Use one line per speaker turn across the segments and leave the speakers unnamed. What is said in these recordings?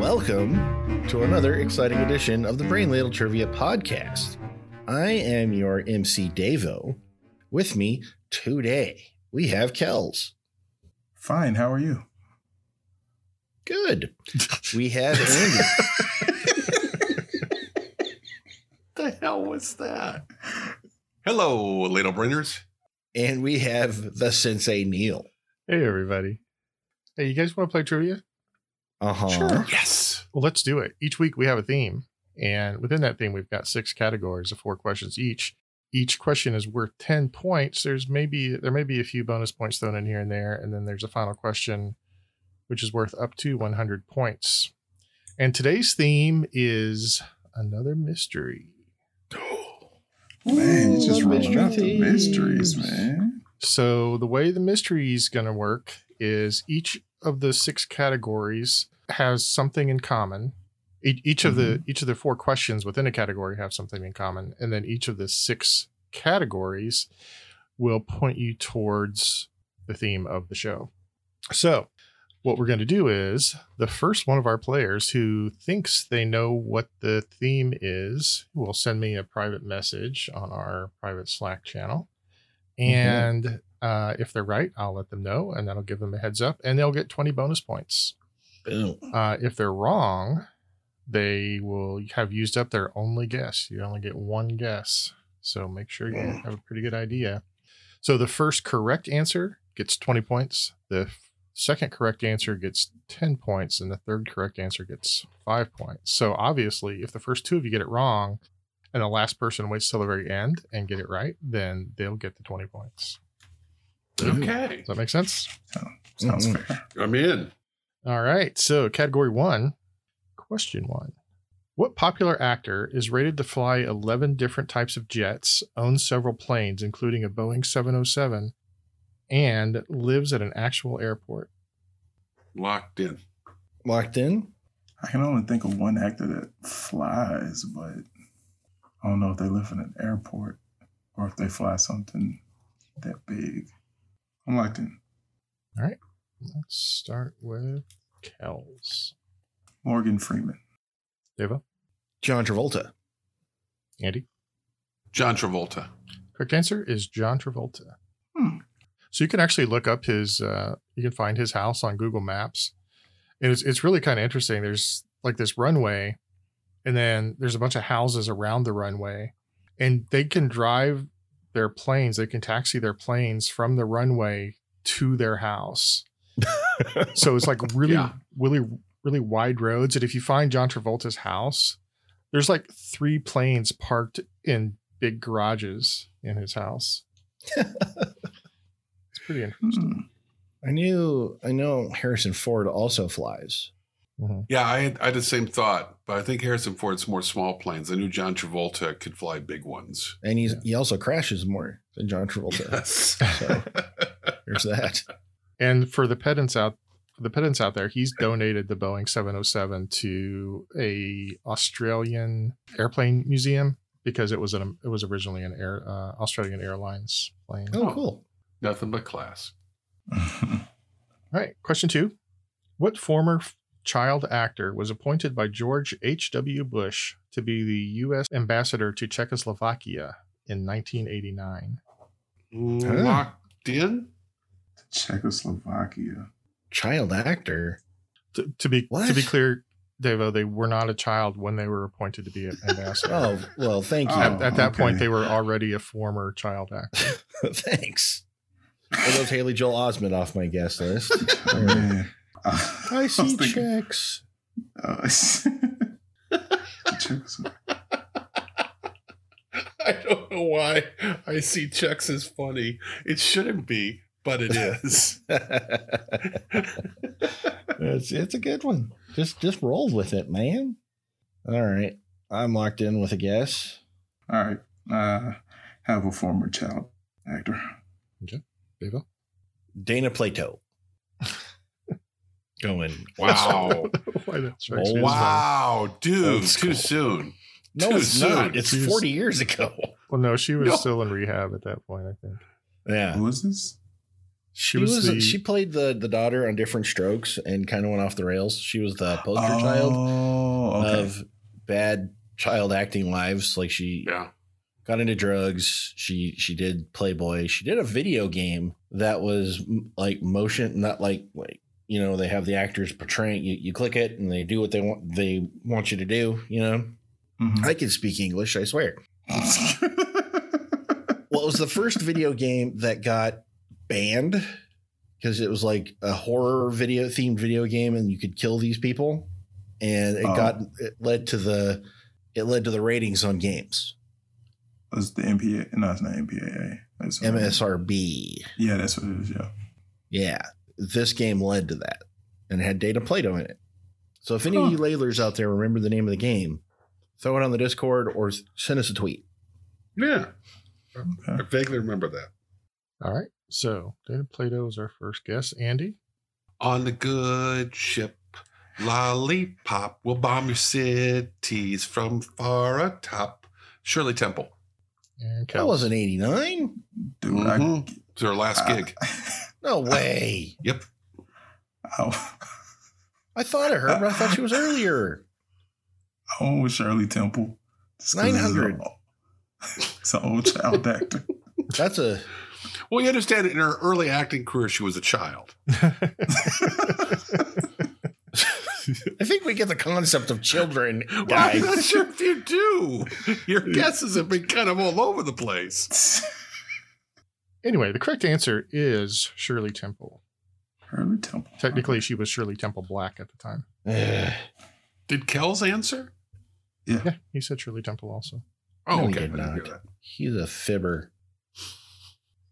Welcome to another exciting edition of the Brain Ladle Trivia Podcast. I am your MC Davo. With me today, we have Kells.
Fine. How are you?
Good. We have Andy.
the hell was that? Hello, ladle brainers.
and we have the Sensei Neil.
Hey everybody. Hey, you guys want to play trivia?
Uh huh.
Yes.
Well, let's do it. Each week we have a theme, and within that theme we've got six categories of four questions each. Each question is worth 10 points. There's maybe there may be a few bonus points thrown in here and there, and then there's a final question which is worth up to 100 points. And today's theme is another mystery.
Man, you
Ooh,
just
love
rolling out the
mysteries.
mysteries, man.
So the way the mystery is going to work is each of the six categories has something in common. E- each of the each of the four questions within a category have something in common, and then each of the six categories will point you towards the theme of the show. So what we're going to do is the first one of our players who thinks they know what the theme is will send me a private message on our private Slack channel. And uh, if they're right, I'll let them know and that'll give them a heads up and they'll get 20 bonus points.
Boom.
Uh, if they're wrong, they will have used up their only guess. You only get one guess. So make sure you
Mm.
have a pretty good idea. So the first correct answer gets 20 points. The f- second correct answer gets 10 points. And the third correct answer gets five points. So obviously, if the first two of you get it wrong and the last person waits till the very end and get it right, then they'll get the 20 points.
Okay.
Does that make sense?
Sounds
Mhm.
fair.
I'm in.
All right. So, category one, question one. What popular actor is rated to fly 11 different types of jets, owns several planes, including a Boeing 707, and lives at an actual airport?
Locked in.
Locked in?
I can only think of one actor that flies, but I don't know if they live in an airport or if they fly something that big. I'm locked in.
Let's start with Kells.
Morgan Freeman.
Devo,
John Travolta.
Andy.
John Travolta.
Correct answer is John Travolta.
Hmm.
So you can actually look up his, uh, you can find his house on Google Maps. And it's, it's really kind of interesting. There's like this runway, and then there's a bunch of houses around the runway, and they can drive their planes, they can taxi their planes from the runway to their house. So it's like really,
Yeah.
really, really wide roads. And if you find John Travolta's house, there's like three planes parked in big garages in his house. it's pretty interesting.
Hmm.
I knew, I know Harrison Ford also flies.
Yeah, I had, I had the same thought, but I think Harrison Ford's more small planes. I knew John Travolta could fly big ones.
And he's,
Yeah.
he also crashes more than John Travolta.
Yes.
So there's that.
And for the pedants out, for the pedants out there, he's donated the Boeing 707 to a Australian airplane museum because it was an it was originally an air uh, Australian Airlines plane.
Oh, cool.
Nothing but class.
All right. Question two. What former f- child actor was appointed by George H.W. Bush to be the U.S. ambassador to Czechoslovakia in 1989?
Mm-hmm.
Huh.
Locked in.
Czechoslovakia.
Child actor.
To, to be to
What?
be clear, Devo, they were not a child when they were appointed to be an ambassador.
Oh, well, thank you.
Oh.
at, at that point,
okay.
they were already a former child actor.
Thanks. I love Haley Joel Osment off my guest list.
Man. I
I
was
see
thinking-
checks.
Uh, Czechoslovakia.
I don't know why I see checks as funny. It shouldn't be, but it is.
it's it's a good one. Just just roll with it, man. All right, I'm locked in with a guess.
All right. Uh, have a former child actor.
Devo?
Dana Plato. Going.
wow.
Why that strikes me as funny.
wow, dude,
That's
too
cool.
soon.
No,
Too
it's not.
soon.
It's
Jeez.
40 years ago.
Well, no, she was
No.
still in rehab at that point, I think.
Yeah.
Who is this?
She,
She
was,
was, the,
she played the the daughter on different strokes and kind of went off the rails. She was the poster
oh,
child
okay.
of bad child acting lives. Like she
Yeah.
got into drugs. She she did Playboy. She did a video game that was m- like motion, not like like you know they have the actors portraying you. You click it and they do what they want they want you to do. You know,
Mhm.
I can speak English. I swear. Well, it was the first video game that got banned because it was like a horror video themed video game, and you could kill these people. And it
Oh.
got it led to the it led to the ratings on games.
It's the MPA. No, it's not MPAA. That's what it is.
MSRB.
Yeah, that's what it is. Yeah.
Yeah, this game led to that and had Data Plato in it. So if any
Huh.
of you Laylers out there remember the name of the game, throw it on the Discord or s- send us a tweet.
Yeah. I
Okay.
vaguely remember that.
All right. So David Plato is our first guest. Andy,
On the good ship, lollipop will bomb your cities from far atop. Shirley Temple.
and
That
Kel.
wasn't 89.
Dude,
Mm-hmm.
I,
Mhm. It's her last gig.
No way.
Yep.
I,
I thought of her, but I thought she was earlier.
I went with Shirley Temple. Just 'cause it's a-
900.
It's an old child actor.
That's a
Well, you understand in her early acting career, she was a child.
I think we get the concept of children
Well, I'm
guys.
not sure if you do. Your guesses have been kind of all over the place.
anyway, the correct answer is Shirley Temple.
Shirley Temple.
Technically, she was Shirley Temple Black at the time.
Ugh.
Did Kells answer?
Yeah, he said Shirley Temple also.
Oh,
No, he did
okay. I didn't hear
not.
that.
He's a fibber.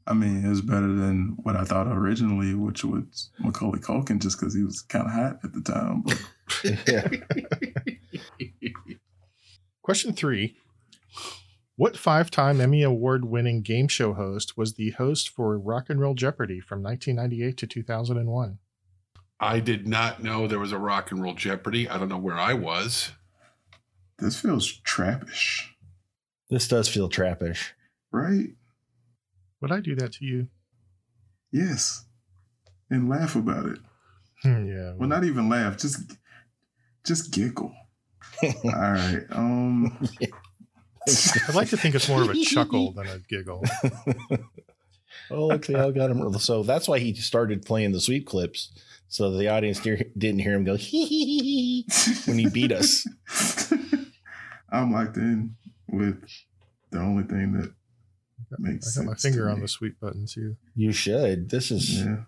I mean, it was better than what I thought originally, which was Macaulay Culkin, just because he was kind of hot at the time. But
Yeah.
Question three What five time Emmy Award winning game show host was the host for Rock and Roll Jeopardy from 1998 to 2001?
I did not know there was a rock and roll Jeopardy. I don't know where I was.
this feels trappish,
This does feel trappish.
right?
Would I do that to you?
Yes, and laugh about it.
Hmm, yeah.
Well, not even laugh, just just giggle. All right. Um.
I'd like to think it's more of a chuckle than a giggle.
Oh, look, they all got him. So that's why he started playing the sweep clips, so the audience dear- didn't hear him go hee hee hee hee when he beat us.
I'm locked in with the only thing that makes
I got
sense.
my finger
to
on
me.
the sweet button too.
You should. This is
Yeah.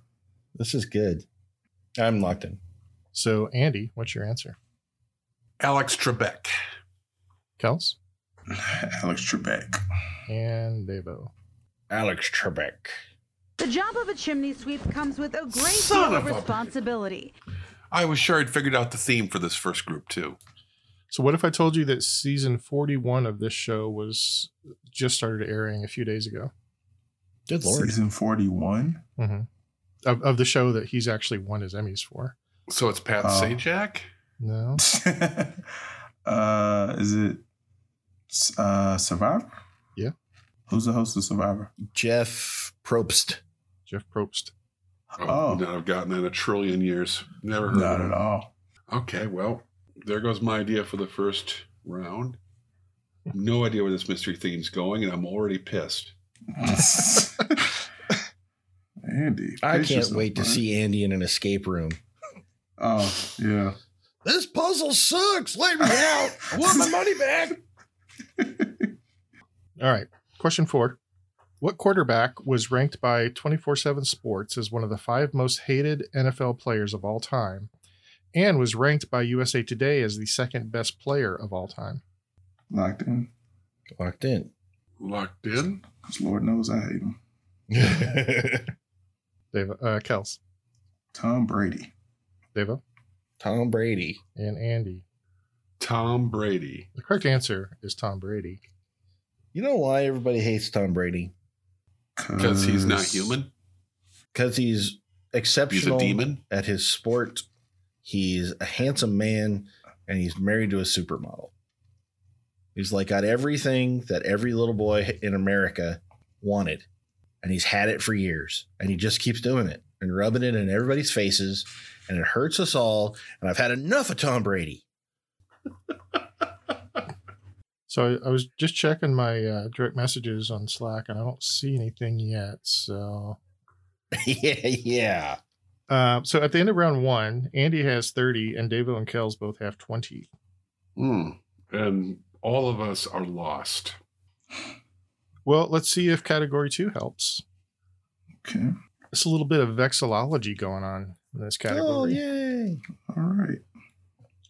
this is good. I'm locked in.
So, Andy, what's your answer?
Alex Trebek.
Kels
Alex Trebek.
and Devo.
Alex Trebek.
The job of a chimney sweep comes with a great
Son
deal
of
of
a-
responsibility.
I was sure I'd figured out the theme for this first group, too.
So, what if I told you that season 41 of this show was just started airing a few days ago
Good lord.
Season 41.
mm-hmm. of, of the show that he's actually won his Emmys for?
So it's Pat
Oh.
Sajak?
No.
uh, is it uh, Survivor?
Yeah.
Who's the host of Survivor?
Jeff Probst.
Jeff Probst.
Oh,
Oh.
would not have gotten that in a trillion years. Never heard
Not
of
at
it.
all.
Okay, well, there goes my idea for the first round. No idea where this mystery theme's going, and I'm already pissed.
Andy,
I
pace
can't
yourself,
wait to
bud.
see Andy in an escape room.
Oh yeah,
This puzzle sucks. Let me out. I want my money back.
All right. Question four. What quarterback was ranked by 24 7 Sports as one of the five most hated NFL players of all time and was ranked by USA Today as the second best player of all time?
locked in.
Locked in.
Locked in?
'Cause Lord knows I hate him.
Dave, uh, Kels,
Tom Brady.
Devo,
Tom Brady.
and Andy.
Tom Brady.
The correct answer is Tom Brady.
You know why everybody hates Tom Brady?
Because he's not human.
Because he's
He's a
exceptional.
demon.
at his sport. He's a handsome man and he's married to a supermodel. He's like got everything that every little boy in America wanted and he's had it for years and he just keeps doing it and rubbing it in everybody's faces and it hurts us all and i've had enough of tom brady
So I, I was just checking my uh, direct messages on Slack, and I don't see anything yet. So,
yeah yeah
uh, so at the end of round one, Andy has thirty, and Davo and Kells both have twenty.
Hmm.
Mm. And all of us are lost.
Well, let's see if category two helps.
Okay.
It's a little bit of vexillology going on in this category.
oh yay
All right.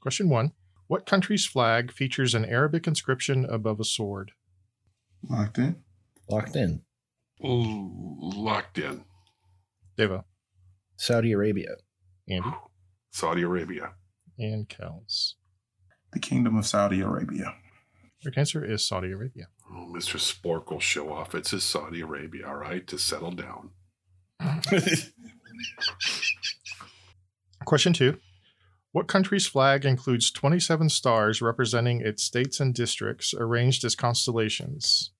Question one: What country's flag features an Arabic inscription above a sword?
Locked in.
locked in
Ooh, locked in.
Davo,
saudi arabia
Andy,
Saudi Arabia.
and Kells.
The Kingdom of Saudi Arabia.
Your answer is Saudi Arabia.
Oh, Mr. Spork will show off. It's his Saudi Arabia, all right, to settle down.
Question two What country's flag includes 27 stars representing its states and districts arranged as constellations?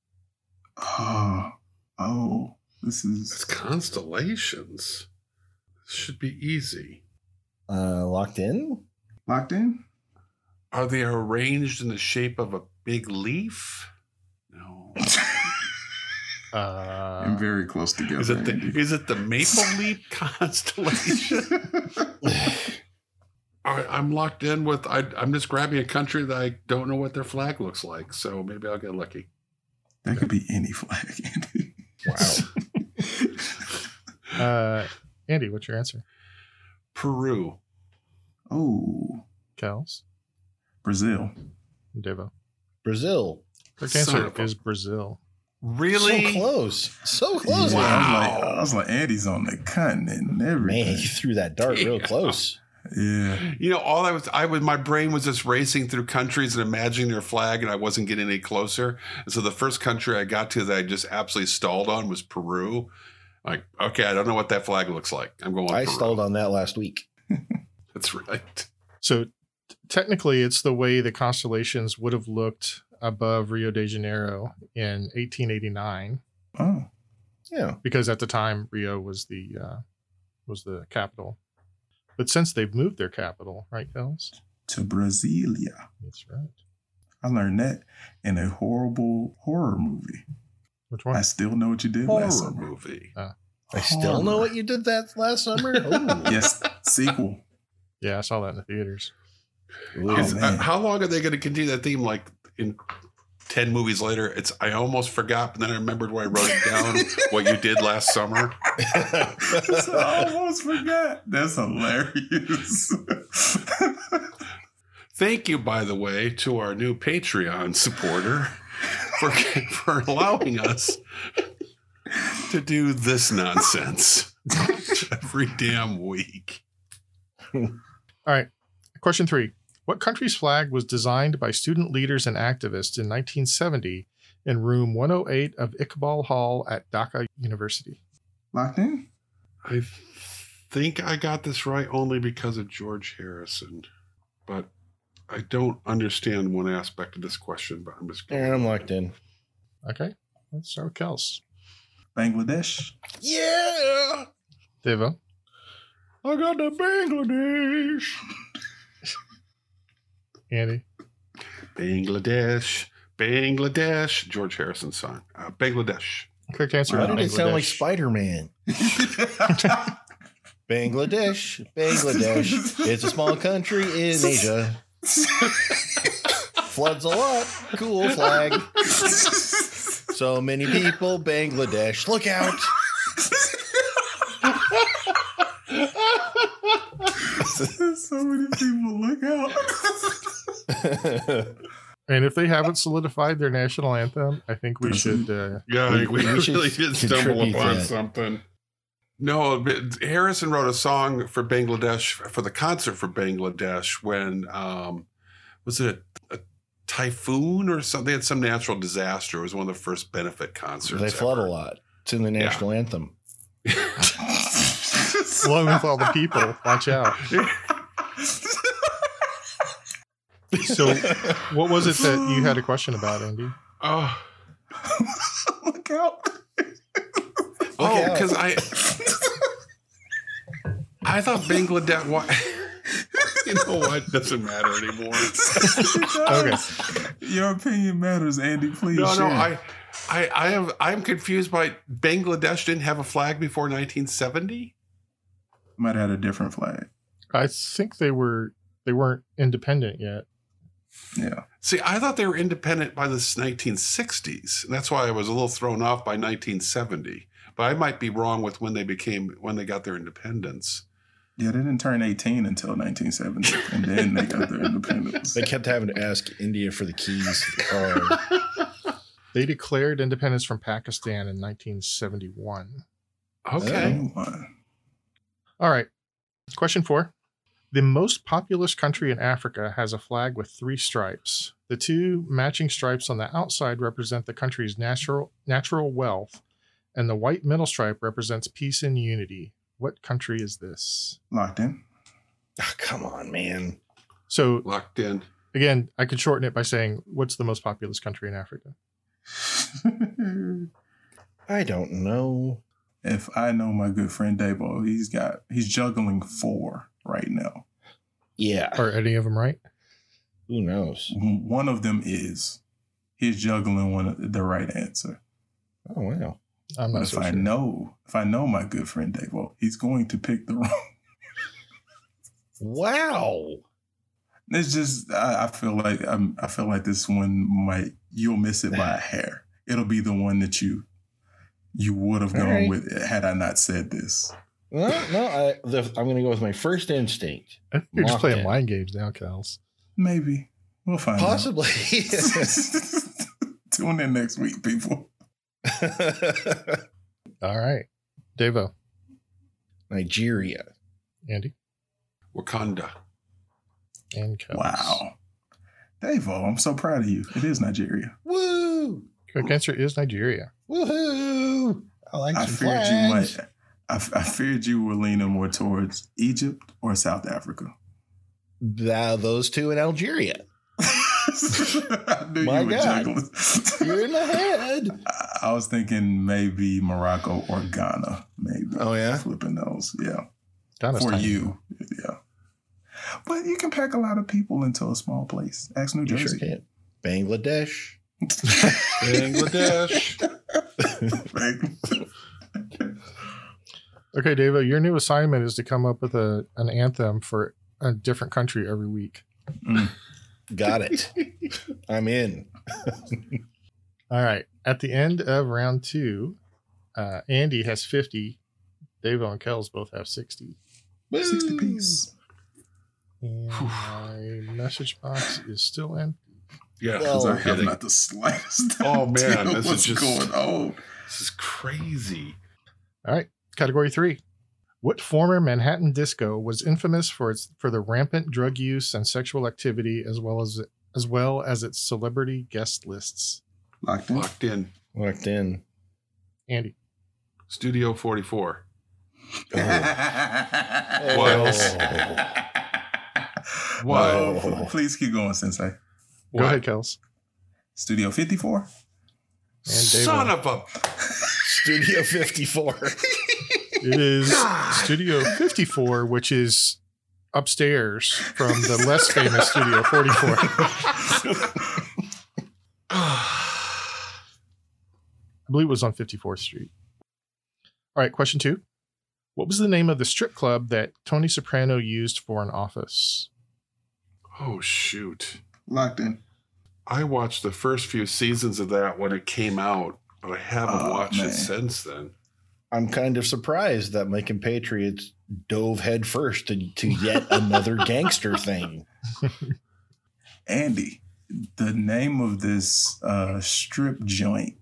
Oh, oh, this
It's
is
constellations. Should be easy.
uh locked in
locked in.
Are they arranged in the shape of a big leaf? No.
Uh,
and very close together.
Is it the
Andy.
is it the maple leaf constellation? All right, I'm locked in with I, I'm just grabbing a country that I don't know what their flag looks like, so maybe I'll get lucky.
that could be any flag, Andy.
uh, Andy, what's your answer?
Peru.
oh,
Kels?
Brazil.
Devo.
brazil
Correct
Son
answer
of a-
is Brazil.
so
Really?
close so close
Yeah,
man.
I, was
Wow.
like, I was like, Andy's on the continent and everything.
man you threw that dart real
Damn.
close
Yeah.
You know, all I was, I was, my brain was just racing through countries and imagining their flag, and I wasn't getting any closer. And so the first country I got to that I just absolutely stalled on was Peru. Like, okay, I don't know what that flag looks like. I'm going.
i
Peru.
stalled on that last week
That's right.
So t- technically, it's the way the constellations would have looked above Rio de Janeiro in 1889,
Oh,
yeah
because at the time Rio was the uh, was the capital. But since they've moved their capital, right, Kels?
to Brasilia.
That's right.
I learned that in a horrible horror movie.
Which
I
one?
still know what you did last
Horror
summer.
movie.
I still know what you did that last summer. Ooh.
Yes, sequel.
Yeah, I saw that in the theaters.
Ooh.
Is-
Oh,
uh,
man.
how long are they going to continue that theme? Like in ten movies later, it's I almost forgot, but then I remembered where I wrote it down what you did last summer.
Oh.
I almost forgot. That's hilarious.
Thank you, by the way, to our new Patreon supporter for for allowing us to do this nonsense every damn week.
Question three What country's flag was designed by student leaders and activists in 1970 in room 108 of Iqbal Hall at Dhaka University?
Locked in?
I think I got this right only because of George Harrison, but I don't understand one aspect of this question. But I'm just
And I'm locked in.
Okay, let's start with Kels.
Bangladesh.
Yeah.
Devo,
I got the Bangladesh.
Andy,
Bangladesh, Bangladesh, George Harrison song, uh, Bangladesh.
correct answer.
Why
is
did it sound like
Bangladesh.
Spider Man? Bangladesh, Bangladesh. it's a small country in Asia. Floods a lot. Cool flag. So many people. Bangladesh. Look out.
so many people look out.
And if they haven't solidified their national anthem, I think we should. Uh,
Yeah,
We-
we, we
we should
really did stumble
contribute
upon
that.
something. No, but Harrison wrote a song for Bangladesh for the concert for Bangladesh when um, was it a, a typhoon or something? They had some natural disaster. It was one of the first benefit concerts.
they flood
ever.
a lot. It's in the
Yeah.
national anthem.
along with all the people, watch out. So, what was it that you had a question about, Andy?
Oh,
look out.
Oh,
out.
because I I thought Bangladesh. Why? you know what? Doesn't matter anymore.
Okay.
Your opinion matters, Andy. Please.
No, no,
share.
I, I, I am. I'm confused by Bangladesh didn't have a flag before 1970.
might have had a different flag.
I think they were they weren't independent yet.
Yeah.
See, I thought they were independent by the 1960s. And that's why I was a little thrown off by 1970. But I might be wrong with when they became when they got their independence.
Yeah, they didn't turn 18 until 1970, and then they got their independence.
They kept having to ask India for the keys to the car.
They declared independence from Pakistan in 1971.
Okay.
Come on.
All right. Question four. The most populous country in Africa has a flag with three stripes. The two matching stripes on the outside represent the country's natural natural wealth, and the white middle stripe represents peace and unity. What country is this?
Locked in.
Ah, come on, man.
So
Locked in.
again, I could shorten it by saying, "What's the most populous country in Africa?"
I don't know.
if I know my good friend Dabo, he's got he's juggling four right now.
Yeah.
Are any of them right?
Who knows?
One of them is he's juggling one of the right answer.
Oh wow.
I'm
But
not
if
so
I
sure.
know if I know my good friend Dabo, he's going to pick the wrong.
Wow.
It's just I, I feel like I'm, I feel like this one might you'll miss it by a hair. It'll be the one that you you would have
All
gone
right.
with had I not said this.
No, no. I, the, I'm going to go with my first instinct.
I think You're just
Locked
playing
in.
mind games now, Kels.
Maybe we'll find out.
Possibly.
Tune in next week, people.
All right. Devo,
Nigeria.
Andy,
Wakanda.
and Kels.
Wow. Davo, I'm so proud of you. It is Nigeria.
Woo!
Correct answer is Nigeria.
Woohoo! I like
I
some
feared you
flags.
might. I, I feared you were leaning more towards Egypt or South Africa.
Th- those two in Algeria.
I knew
My
you were
God.
juggling.
You're in the head.
I- I was thinking maybe Morocco or Ghana, maybe.
Oh yeah.
Flipping those, yeah.
Donna's
For
time.
you, yeah. But you can pack a lot of people into a small place. Ask New
You sure
Jersey.
can. Bangladesh.
Bangladesh.
Okay, Devo, your new assignment is to come up with a an anthem for a different country every week.
Got it. I'm in.
All right. At the end of round two, uh, Andy has 50. Devo and Kels both have 60.
Woo.
60 piece.
And my message box is still in.
Yeah.
Well-
'Cause I
Oh,
have
kidding.
not the slightest
Oh, man,
idea
this is
what's
just-
going on.
this is crazy.
All right. Category three. What former Manhattan disco was infamous for its for the rampant drug use and sexual activity as well as as well as its celebrity guest lists?
Locked in.
Locked in.
Locked in.
Andy.
Studio 44.
What?
Whoa.
Please keep going, Sensei.
Go
What?
ahead, Kels.
Studio 54.
And
Son of a
Studio 54.
It is
God.
Studio 54, which is upstairs from the less famous Studio 44. I believe it was on 54th Street. All right, question two. What was the name of the strip club that Tony Soprano used for an office?
Oh shoot.
Locked in.
I watched the first few seasons of that when it came out, but I haven't
Oh,
watched
man.
it since then.
I'm kind of surprised that my compatriots dove headfirst into yet another gangster thing.
Andy, the name of this uh, strip joint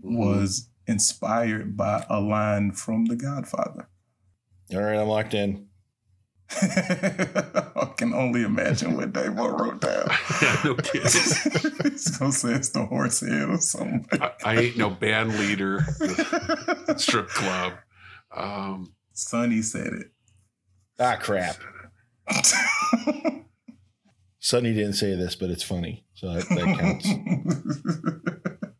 was inspired by a line from The Godfather.
All right, I'm locked in.
I can only imagine what Dave wrote down.
Yeah, no kidding.
He's gonna say it's the horse head or something.
I, I ain't no band leader strip club. Um
Sonny said
Ah, crap.
it.
Sonny didn't say this, but it's funny. So that, that counts.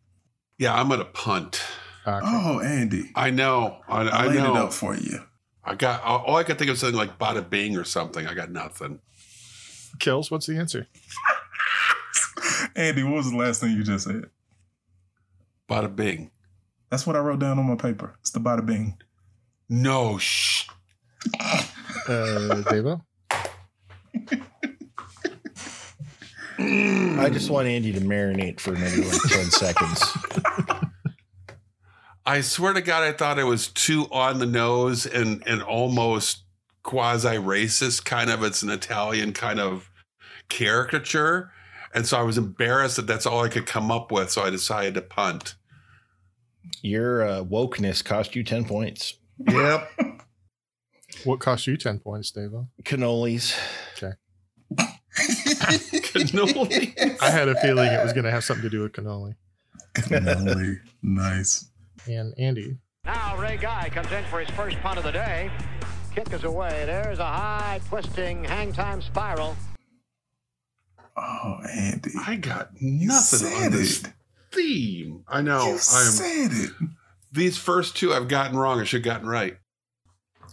yeah, I'm gonna punt.
Uh,
Oh, Andy. I,
I know. I, I,
laid
know.
it up for you.
I got all I could think of something like Bada Bing or something. I got nothing.
Kills, what's the answer?
Andy, what was the last thing you just said?
Bada Bing.
That's what I wrote down on my paper. It's the bada bing.
No shh.
Uh, Devo?
I just want Andy to marinate for another like 10 seconds.
I swear to God, I thought it was too on the nose and and almost quasi racist. Kind of, it's an Italian kind of caricature, and so I was embarrassed that that's all I could come up with. So I decided to punt.
Your uh, wokeness cost you 10 points.
Yep.
What cost you 10 points, Devo?
Cannolis.
Cannoli.
I had a feeling it was going to have something to do with cannoli.
Cannoli. nice.
And Andy,
Now Ray Guy comes in for his first punt of the day. Kick is away. There's a high twisting hang time spiral.
Oh, Andy.
I got
You
nothing on
said
this
it.
theme. I know.
You
I'm
said it.
these first two I've gotten wrong. I should have gotten right.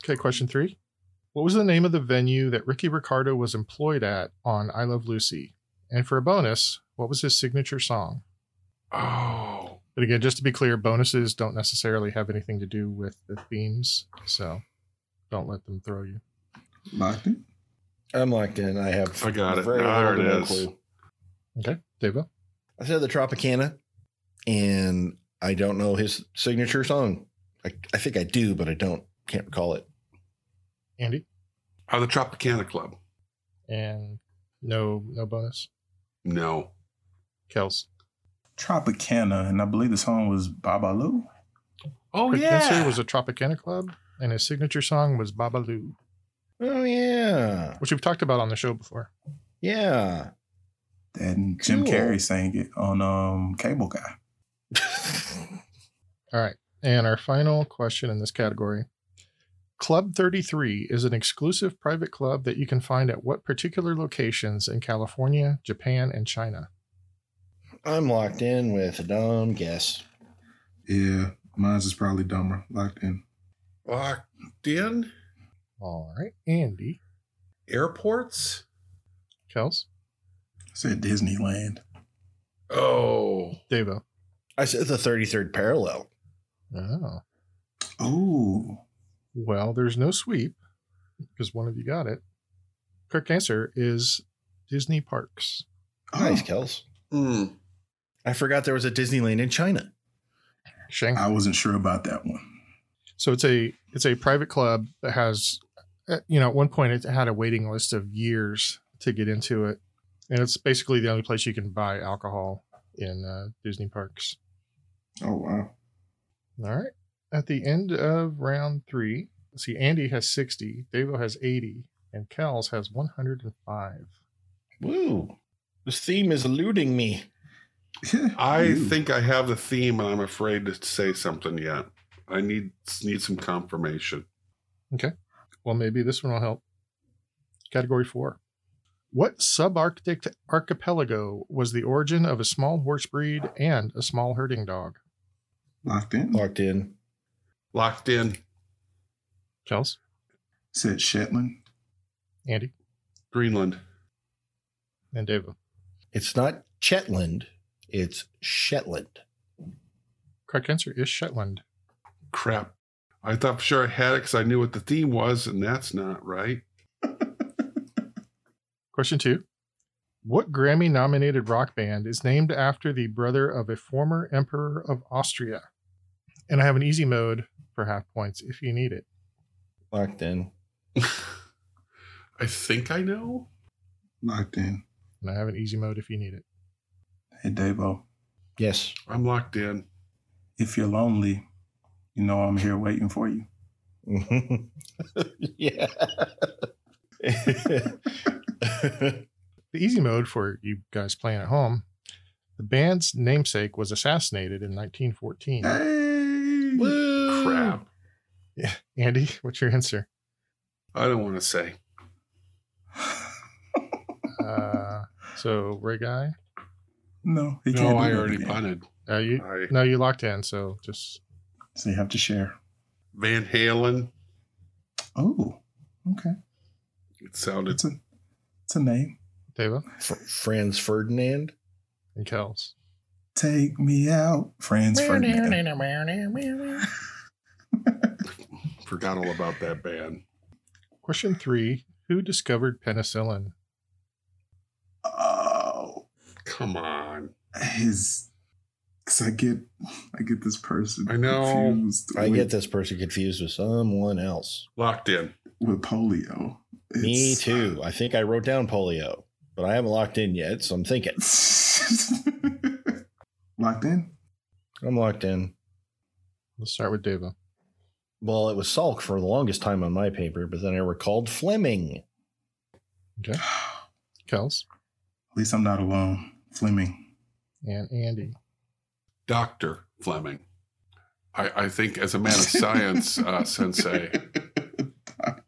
Okay, question three. What was the name of the venue that Ricky Ricardo was employed at on I Love Lucy? And for a bonus, what was his signature song?
Oh.
But again, just to be clear, bonuses don't necessarily have anything to do with the themes, so don't let them throw you.
Locked it.
I'm locked in. I have
I got it.
very
There
little
it
to no
is.
clue.
Okay, Devo.
I said the Tropicana, and I don't know his signature song. I, I think I do, but I don't. Can't recall it.
Andy,
Oh, the Tropicana Club.
and no, no bonus.
No.
Kels.
Tropicana, and I believe the song was Babalu.
Oh
Rick Dancer was a Tropicana club, and his signature song was Babaloo,
Oh yeah,
which we've talked about on the show before.
yeah.
And Jim
Cool.
Carrey sang it on um Cable Guy.
All right. And our final question in this category Club 33 is an exclusive private club that you can find at what particular locations in California, Japan, and China?
I'm locked in with a dumb guess.
Yeah, mine's is probably dumber. Locked in.
Locked in
All right. Andy,
airports.
Kels,
said Disneyland.
Oh,
Devo.
I said the 33rd parallel.
Oh.
Ooh.
Well, there's no sweep because one of you got it. Correct answer is Disney Parks.
Nice,
Oh,
Kels.
Mm.
I forgot there was a Disneyland in China.
Shanghai.
I wasn't sure about that one.
So it's a it's a private club that has, uh, you know, at one point it had a waiting list of years to get into it, and it's basically the only place you can buy alcohol in uh, Disney parks.
Oh wow.
All right. At the end of round three, let's see, Andy has sixty, Davo has eighty, and Cal's has one hundred and five.
Woo! This theme is eluding me.
I
Ooh.
think I have the theme, and I'm afraid to say something yet. I need need some confirmation.
Well, maybe this one will help. Category four. What subarctic archipelago was the origin of a small horse breed and a small herding dog?
Locked in.
Locked in.
Locked in
Kels?
Said Shetland.
Andy
Greenland.
and Davo.
It's not Chetland. It's Shetland.
Correct answer is Shetland.
Crap. I thought for sure I had it because I knew what the theme was, and that's not right.
Question two. What Grammy nominated rock band is named after the brother of a former emperor of Austria? And I have an easy mode for half points if you need it.
Locked in.
I think I know.
Locked in.
And I have an easy mode if you need it.
Hey Davo,
Yes.
I'm locked in.
if you're lonely, you know I'm here waiting for you.
Mhm. yeah.
The easy mode for you guys playing at home. The band's namesake was assassinated in 1914.
Hey.
Woo.
Crap.
Andy, what's your answer?
I don't want to say.
Uh, so, Ray Guy,
no, he
No,
do
I
that
already
again.
punted.
uh, you,
I,
no, you locked in, so just
So you have to share.
Van Halen.
Oh, okay.
It sounded
It's a it's a name.
Deva
Fr- Franz Ferdinand.
and Kels.
Take me out, Franz Ferdinand.
forgot all about that band.
Question three Who discovered penicillin?
Oh,
Come on.
his. Cause I get, I get this person.
I know.
Confused
I
with,
get this person confused with someone else.
Locked in.
with polio.
Me
It's-
too. I think I wrote down polio, but I haven't locked in yet, so I'm thinking.
Locked in.
I'm locked in.
Let's start with Deva.
Well, it was Salk for the longest time on my paper, but then I recalled Fleming.
Okay.
At
Kels
least I'm not alone. Fleming.
and Andy.
Dr. Fleming. I, I think, as a man of science, uh, Sensei,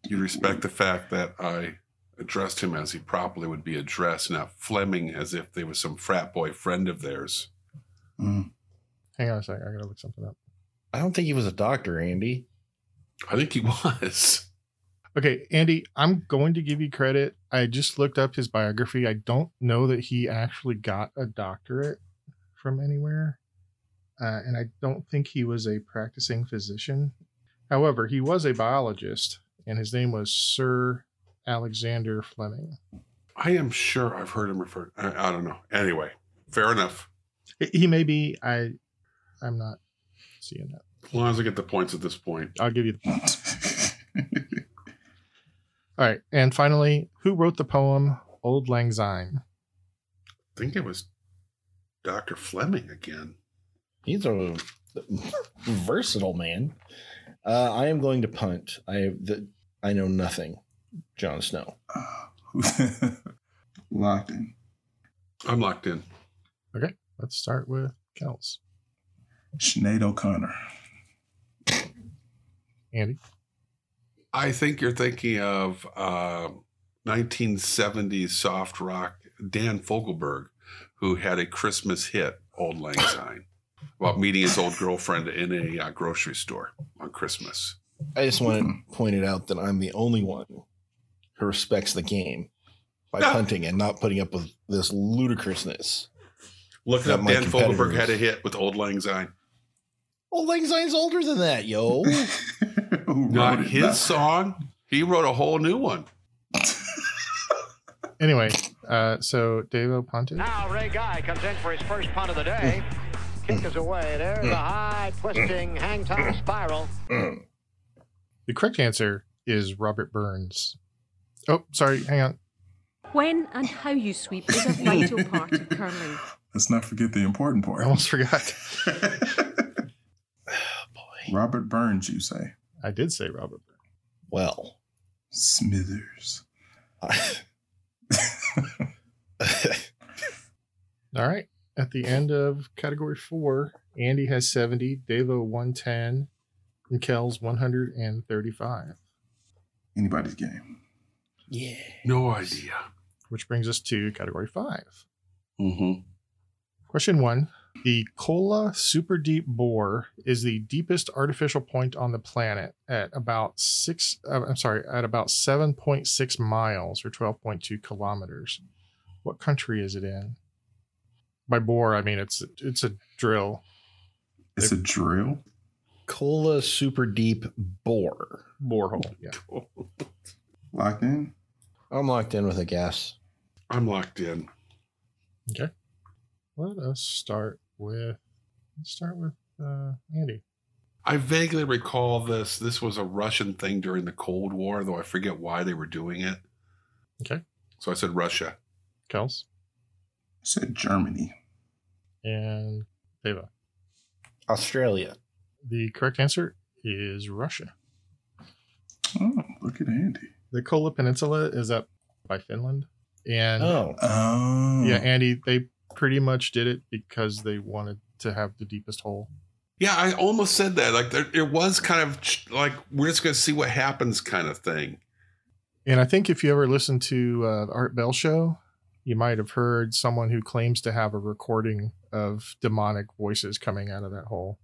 you respect the fact that I addressed him as he properly would be addressed, not Fleming as if they was some frat boy friend of theirs.
Mm.
Hang on a second. I got to look something up.
I don't think he was a doctor, Andy.
I think he was.
Okay, Andy, I'm going to give you credit. I just looked up his biography. I don't know that he actually got a doctorate from anywhere. Uh, and I don't think he was a practicing physician. However, he was a biologist, and his name was Sir Alexander Fleming.
I am sure I've heard him referred. I, I don't know. Anyway, fair enough.
He- He may be, I, I'm not seeing that.
As long as I get the points at this point.
I'll give you the. All right. And finally, who wrote the poem Old Lang Syne?
I think it was Dr. Fleming again.
He's a versatile man. Uh, I am going to punt. I the, I know nothing. Jon Snow.
Locked in.
I'm locked in.
Let's start with Kels.
Sinead O'Connor.
Andy?
I think you're thinking of uh, 1970s soft rock Dan Fogelberg, who had a Christmas hit, Old Lang Syne, about meeting his old girlfriend in a uh, grocery store on Christmas.
I just want to point it out that I'm the only one who respects the game by punting and not putting up with this ludicrousness.
Look it
Not
up.
my
Dan Fogelberg
competitors.
had a hit with Old Lang Syne.
Old Lang Syne's older than that, yo.
Who wrote
Not
it?
his song. He wrote a whole new one.
Anyway, uh, so Devo punted.
Now Ray Guy comes in for his first punt of the day. Kick is away. There's a high twisting hang time spiral.
The correct answer is Robert Burns. Oh, sorry. Hang on.
When and how you sweep is a vital part of curling.
Let's not forget the important
I
part.
Oh.
almost forgot.
Robert Burns, you say?
I did say Robert Burns.
well,
Smithers.
All right. At the end of category four, Andy has 70, Devo 110, and Kels 135,
Anybody's game.
yeah.
No idea.
which brings us to category five.
Mm-hmm.
Question one The Kola Super Deep Bore is the deepest artificial point on the planet at about six, uh, I'm sorry, at about 7.6 miles or 12.2 kilometers. What country is it in? By bore, I mean it's it's a drill.
It's a drill.
Cola Super Deep Bore.
Borehole. Yeah.
Locked in.
I'm locked in with a guess.
I'm locked in.
Let us start with let's start with uh, Andy.
I vaguely recall this. This was a Russian thing during the Cold War, though I forget why they were doing it.
Okay.
So I said Russia.
Kels
said Germany.
and Deva.
Australia.
The correct answer is Russia.
Oh, look at Andy.
The Kola Peninsula is up by Finland. And
Oh,
Oh.
yeah, Andy, they pretty much did it because they wanted to have the deepest hole.
Yeah, I almost said that. Like there, it was kind of ch- like we're just going to see what happens, kind of thing.
And I think if you ever listened to uh, the Art Bell show, you might have heard someone who claims to have a recording of demonic voices coming out of that hole.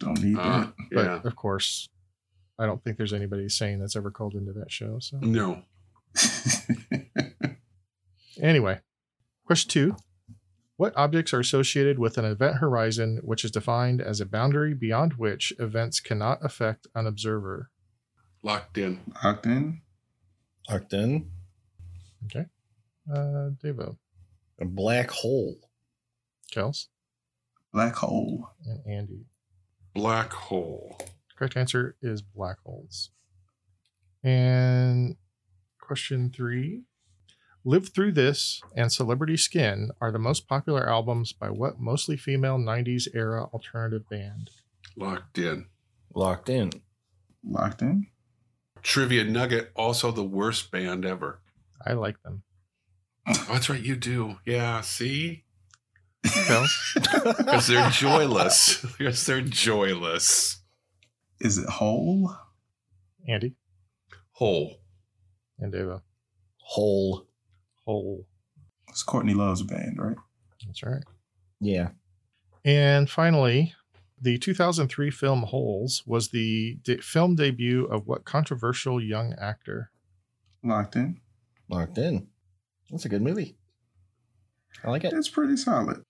Don't need
Uh,
that.
But
yeah.
of course, I don't think there's anybody sane that's ever called into that show. So
No.
anyway, question two. What objects are associated with an event horizon, which is defined as a boundary beyond which events cannot affect an observer?
Locked in.
Locked in.
Locked in.
Okay. Uh, Devo,
A black hole.
Kels,
Black hole.
and Andy.
Black hole.
Correct answer is black holes. And question three Live Through This and Celebrity Skin are the most popular albums by what mostly female 90s era alternative band?
Locked in.
Locked in.
Locked in.
Trivia Nugget, also the worst band ever.
I like them.
Oh, that's right, you do. Yeah, see?
Kels,
Because they're joyless. Because they're joyless.
Is it hole?
Andy,
Hole.
and Deva.
Hole.
Hole.
It's Courtney Love's band, right?
That's right.
Yeah.
And finally, the 2003 film Holes was the de- film debut of what controversial young actor?
Locked in.
Locked in. That's a good movie. I like it.
It's pretty solid.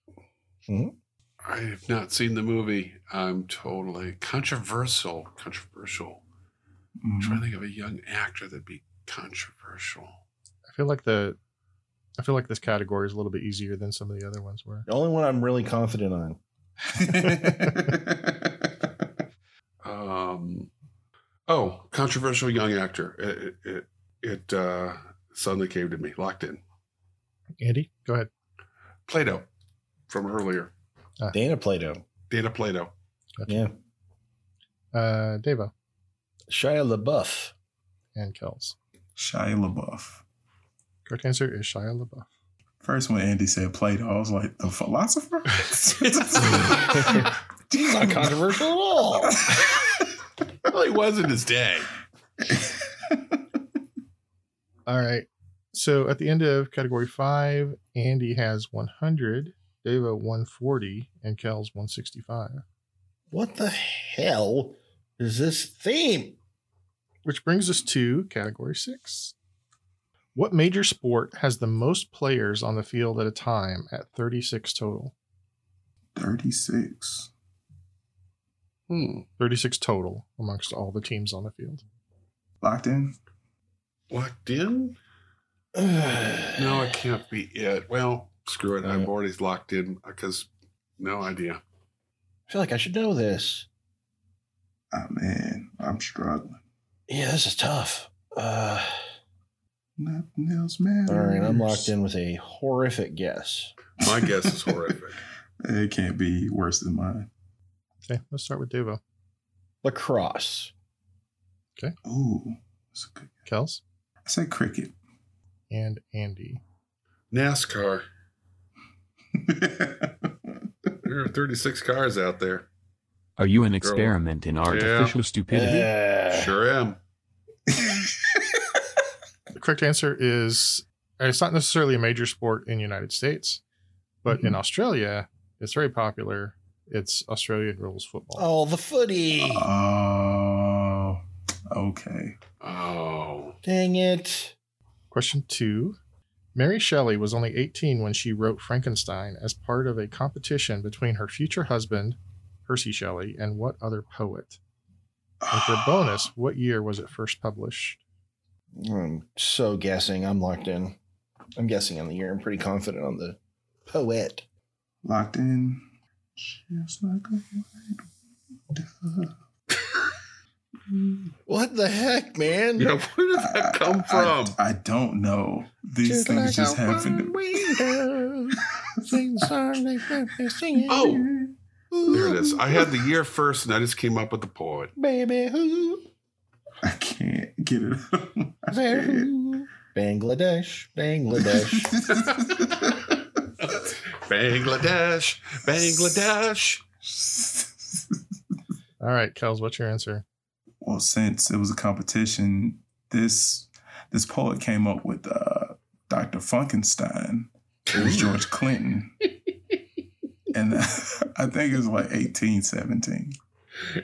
I have not seen the movie. I'm totally controversial. Controversial. I'm trying to
Mhm.
think of a young actor that'd be controversial.
I feel like the. I feel like this category is a little bit easier than some of the other ones were.
The only one I'm really confident on.
Um, oh, controversial young actor. It it, it, it uh, suddenly came to me. Locked in.
Andy, go ahead.
Plato from earlier.
Dana Plato.
Dana Plato.
Yeah.
Uh, Devo
Shia LaBeouf.
and Kells.
Shia LaBeouf.
Correct answer is Shia LaBeouf.
First when Andy said Plato, I was like, the philosopher?
He's not controversial at all.
well, he was in his day.
All right. So at the end of category five, Andy has 100, Devo 140, and Kells 165,
What the hell is this theme?
which brings us to category six. What major sport has the most players on the field at a time at 36 total?
36.
Hmm.
36 total amongst all the teams on the field.
Locked in.
Locked in? No, it can't be it. Well, screw it. I've already locked in because no idea.
I feel like I should know this.
Oh man, I'm struggling.
Yeah, this is tough. Uh,
Nothing else matters.
all right, I'm locked in with a horrific guess.
My guess is horrific.
It can't be worse than mine.
Okay, let's start with Devo.
Lacrosse.
Ooh. That's a good.
Kells
I said cricket.
and Andy.
NASCAR. There are 36 cars out there.
Are you an experiment in artificial stupidity?
Yeah.
Sure am.
The correct answer is and it's not necessarily a major sport in the United States, but
Mm-hmm.
in Australia, it's very popular. It's Australian rules football.
Oh, the footy.
oh. Okay.
Oh.
Dang it.
Question two Mary Shelley was only 18 when she wrote Frankenstein as part of a competition between her future husband, Percy Shelley, and what other poet? And for a bonus, what year was it first published?
I'm so guessing. I'm locked in. I'm guessing on the year. I'm pretty confident on the poet.
Locked in. Just like a white dove.
What the heck, man?
Yeah, where did that come
I-
from?
I, don't know. These things just happen. to-
Oh. There it is. I had the year first and I just came up with the poet.
Baby, who?
I can't get it. out of my
There
head.
who? Bangladesh, Bangladesh.
Bangladesh, Bangladesh.
All right, Kels, what's your answer?
well, since it was a competition, this this poet came up with uh, Dr. Funkenstein. It was uh, George Clinton. and I think it was like eighteen, seventeen.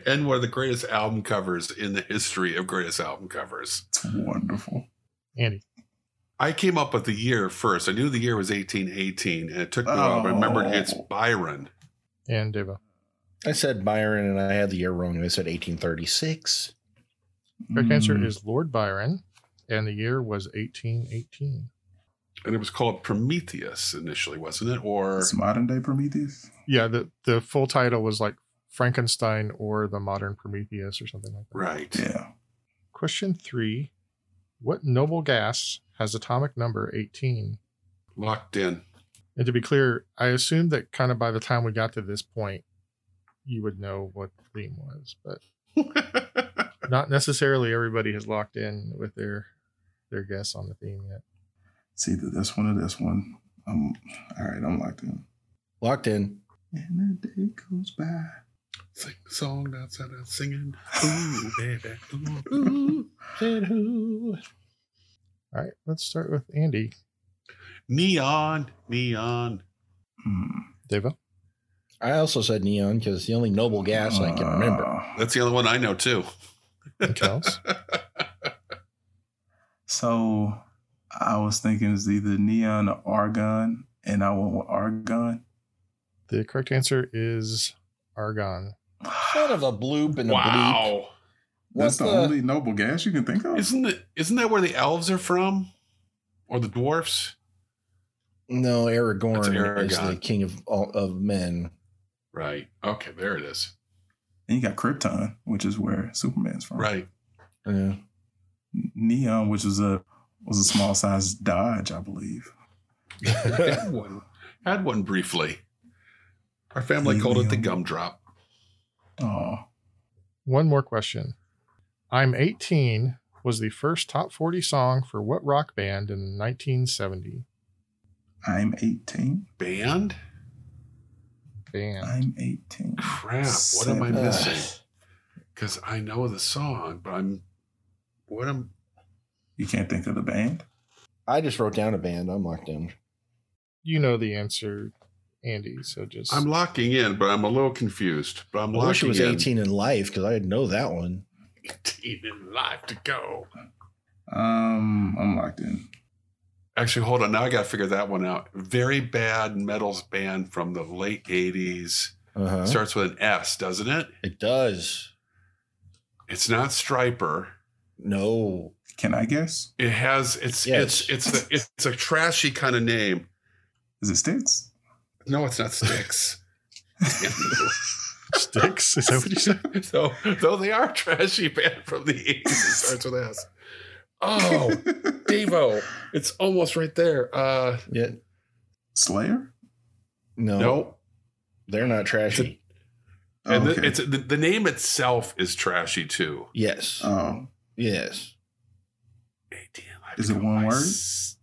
and one of the greatest album covers in the history of greatest album covers.
It's wonderful.
Andy.
I came up with the year first. I knew the year was 1818, and it took me a while, but I remembered it's
Oh.
Byron.
And Devo.
I said Byron and I had the year wrong. I said 1836.
Correct answer
Mm,
is Lord Byron, and the year was 1818.
And it was called Prometheus initially, wasn't it? Or
it's modern day Prometheus.
Yeah, the, the full title was like Frankenstein or the Modern Prometheus or something like that.
right.
Yeah.
Question three What noble gas has atomic number 18?
Locked in.
And to be clear, I assumed that kind of by the time we got to this point, you would know what the theme was, but not necessarily everybody has locked in with their their guess on the theme yet.
It's either this one or this one. Um. All right, I'm locked in.
Locked in.
And the day goes by.
Sing the song that's out of singing. Ooh, baby.
Who
Ooh.
said who?
All right, let's start with Andy.
Neon, neon.
Hmm.
Deva?
I also said neon because it's the only noble gas I can remember.
Uh,
That's the other one I know too.
Charles?
So I was thinking it's either neon or argon, and I went with argon.
the correct answer is Argon.
Son of a bloop and a bleep.
Wow.
What's
That's the,
the-
only noble gas you can think of.
Isn't it isn't that where the elves are from? Or the dwarfs?
No,
That's
Aragorn is
Aragorn.
the king of all of men.
Right. Okay, there it is.
And you got Krypton, which is where Superman's from.
Right.
Yeah.
Neon, which was a was a small size Dodge, I believe.
had one. Had one briefly. Our family called it the gumdrop.
Oh,
One more question. I'm 18 was the first top 40 song for what rock band in 1970?
I'm 18.
Band?
Band.
I'm 18.
Crap. What am I
Seven.
missing? Because I know the song, but I'm what am
You can't think of the band?
I just wrote down a band. I'm locked in.
You know the answer, Andy, so just
I'm locking in, but I'm a little confused. But I'm
I wish it
locking
was
in.
18 in life because I'd know that one.
18 and live to go.
Um, I'm locked in.
Actually, hold on. Now I got to figure that one out. Very bad metals band from the late 80s.
Uh-huh.
Starts with an S, doesn't it?
It does.
It's not Striper.
No.
Can I guess?
It has it's
Yes.
it's it's a, it's a trashy kind of name.
Is it Sticks?
No, it's not Sticks.
sticks. Is that what you said?
so though they are trashy band from the 80s, it starts with S. Oh, Devo. It's almost right there. Uh
Yeah.
Slayer?
No.
no.
They're not trashy.
And
Oh,
the, it's the, the name itself is trashy too.
Yes.
oh,
Uh, yes.
Is it one word?
S-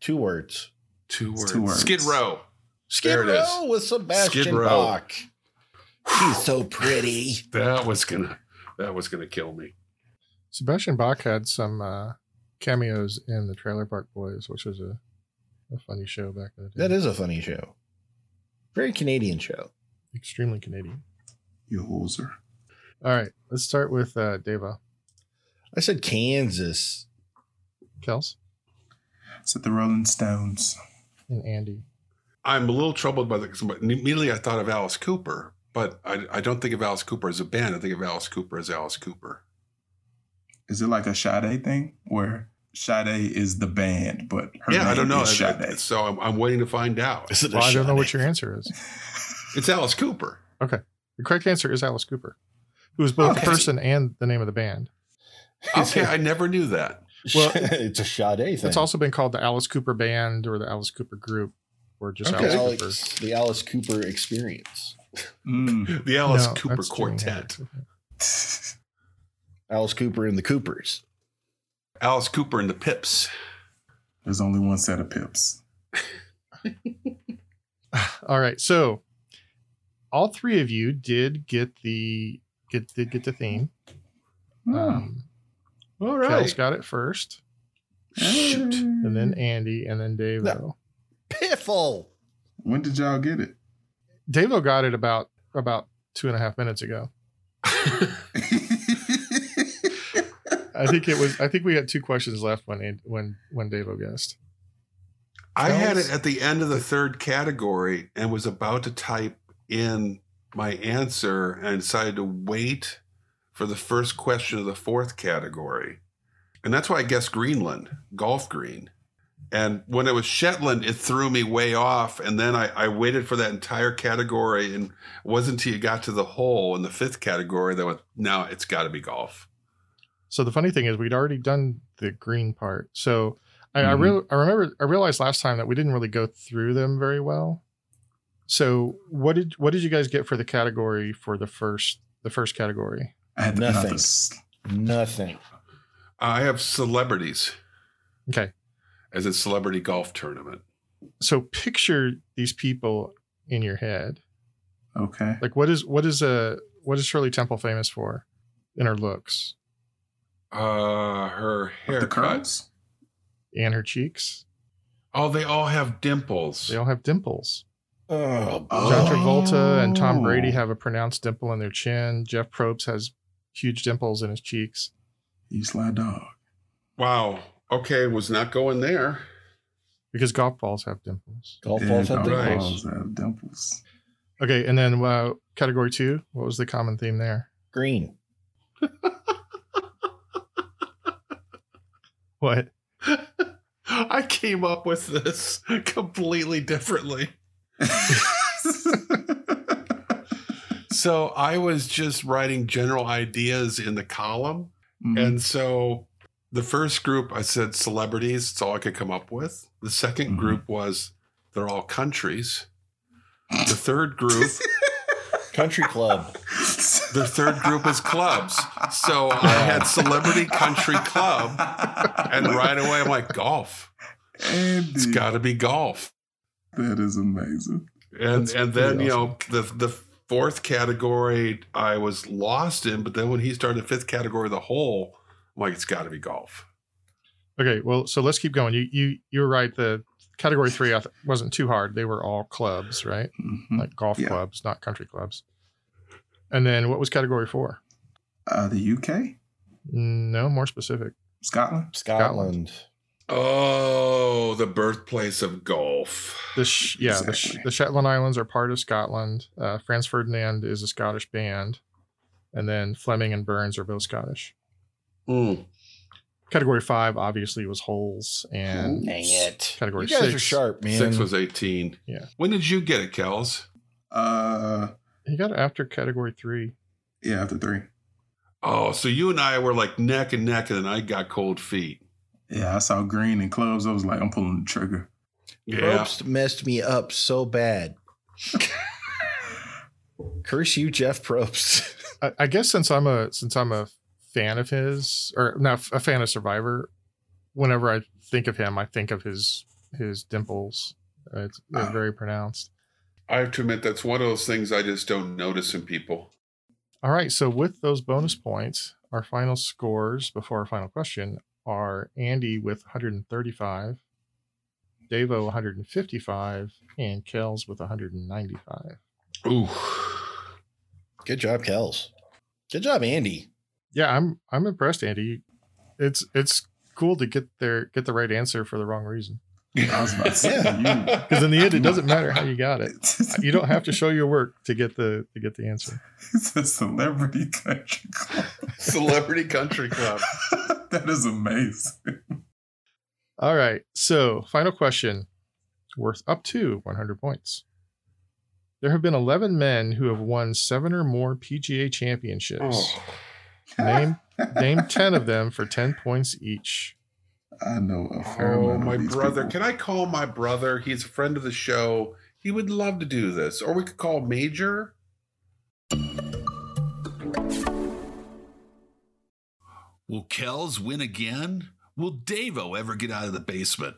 Two words.
Two
It's
words.
two words.
Skid Row.
Skid
There it is.
Row with Sebastian
Skid Row.
Bach. She's so pretty.
That was gonna. That was gonna kill me.
Sebastian Bach had some uh, cameos in the Trailer Park Boys, which was a, a funny show back in the day.
That is a funny show. Very Canadian show.
extremely Canadian.
you loser.
All right, let's start with uh, Deva.
I said Kansas.
Kels
Is it the Rolling Stones?
and Andy.
I'm a little troubled by the. 'cause Immediately, I thought of Alice Cooper, but I, I don't think of Alice Cooper as a band. I think of Alice Cooper as Alice Cooper.
Is it like a Sade thing where Sade is the band, but her
yeah, I
name
don't know.
is
I- I-
Sade?
so I'm, I'm waiting to find out.
it
Well, I don't know what your answer is.
It's Alice Cooper.
The correct answer is Alice Cooper, who is both
Okay.
the person and the name of the band.
Okay, I never knew that.
Well,
Well,
it's a Sade thing.
It's also been called the Alice Cooper Band or the Alice Cooper Group or just
Okay.
Alice Cooper.
Alex- the Alice Cooper experience.
Mm.
The Alice
No,
Cooper
that's Jimi
Quartet.
Hendrix.
Alice Cooper and the Coopers.
Alice Cooper and the Pips.
There's only one set of pips.
All right, so all three of you did get the get did get the theme.
Hmm.
Oh.
Um,
All
Kels got it first,
Shoot.
and then Andy, and then Davo.
Piffle.
When did y'all get it?
Davo got it about about two and a half minutes ago. I think it was. I think we had two questions left when An- when when Davo guessed.
I
That
had
was-
it at the end of the third category and was about to type in my answer and decided to wait for the first question of the fourth category. And that's why I guessed Greenland, golf green. And when it was Shetland, it threw me way off. And then I, I waited for that entire category. And it wasn't until you got to the hole in the fifth category that went, now it's got to be golf.
So the funny thing is, we'd already done the green part. So I, I
Mhm.
real I remember I realized last time that we didn't really go through them very well. So what did what did you guys get for the category for the first the first category?
I had
Nothing.
another s-
Nothing.
I have celebrities
Okay,
as a celebrity golf tournament.
so picture these people in your head.
Okay.
Like what is what is a what is Shirley Temple famous for in her looks
Uh, her
With
haircut.
the curls?
and her cheeks?
Oh, they all have dimples.
They all have dimples.
Oh,
John
Oh.
Travolta and Tom Brady have a pronounced dimple in their chin. Jeff Probst has huge dimples in his cheeks.
East Side Dog.
Wow. Okay, was not going there.
because golf balls have dimples.
golf
Yeah,
balls have
golf
Right.
dimples.
balls have dimples.
Okay, and then uh, category two, what was the common theme there?
Green.
What?
I came up with this completely differently. So I was just writing general ideas in the column.
Mhm.
Mm-hmm.
And so the first group, I said celebrities. It's all I could come up with. The 2nd
Mm-hmm.
Mhm.
group was they're all countries. The third group,
Country club.
the third group is clubs. So I had celebrity country club. And right away, I'm like, golf.
Andy,
It's got to be golf.
that is amazing.
and
That's
and then
pretty
you know the the fourth category I was lost in, but then when he started the fifth category, the whole I'm like it's got to be golf.
Okay, well, so let's keep going. You you you were right. The category three I th- wasn't too hard. They were all clubs, right?
Mhm.
Like golf
Yeah.
clubs, not country clubs. And then what was category four?
Uh, the UK,
No, more specific.
Scotland.
Scotland.
Oh, the birthplace of golf.
The sh- yeah, the, sh-
Exactly.
the Shetland Islands are part of Scotland. Uh, Franz Ferdinand is a Scottish band, and then Fleming and Burns are both Scottish.
Mm.
Category five obviously was holes and
Dang it.
Category
you guys are
six.
sharp, man.
Six was eighteen.
Yeah.
When did you get it, Kels?
Uh,
He got it after category three.
yeah, after three.
Oh, so you and I were like neck and neck, and then I got cold feet.
Yeah, I saw green and clubs. I was like, I'm pulling the trigger.
Yeah.
Probst messed me up so bad. Curse you, Jeff Probst.
I, I guess since I'm a since I'm a fan of his, or not a fan of Survivor, whenever I think of him, I think of his his dimples. Uh, It's they're
Ah.
very pronounced.
I have to admit that's one of those things I just don't notice in people.
All right, so with those bonus points, our final scores before our final question are Andy with 135, Davo 155, and Kells with 195.
Ooh.
Good job, Kels. Good job, Andy.
yeah i'm i'm impressed andy it's it's cool to get there get the right answer for the wrong reason
I was about to say,
because in the end it doesn't matter how you got it you don't have to show your work to get the to get the answer
It's a celebrity country club.
Celebrity Country Club.
that is amazing.
all right so final question worth up to 100 points there have been 11 men who have won seven or more pga championships
Oh.
name name 10 of them for 10 points each
I know a fair
Oh,
amount
my
of these
brother.
people.
Can I call my brother? He's a friend of the show. He would love to do this. Or we could call Major.
Will Kells win again? Will Davo ever get out of the basement?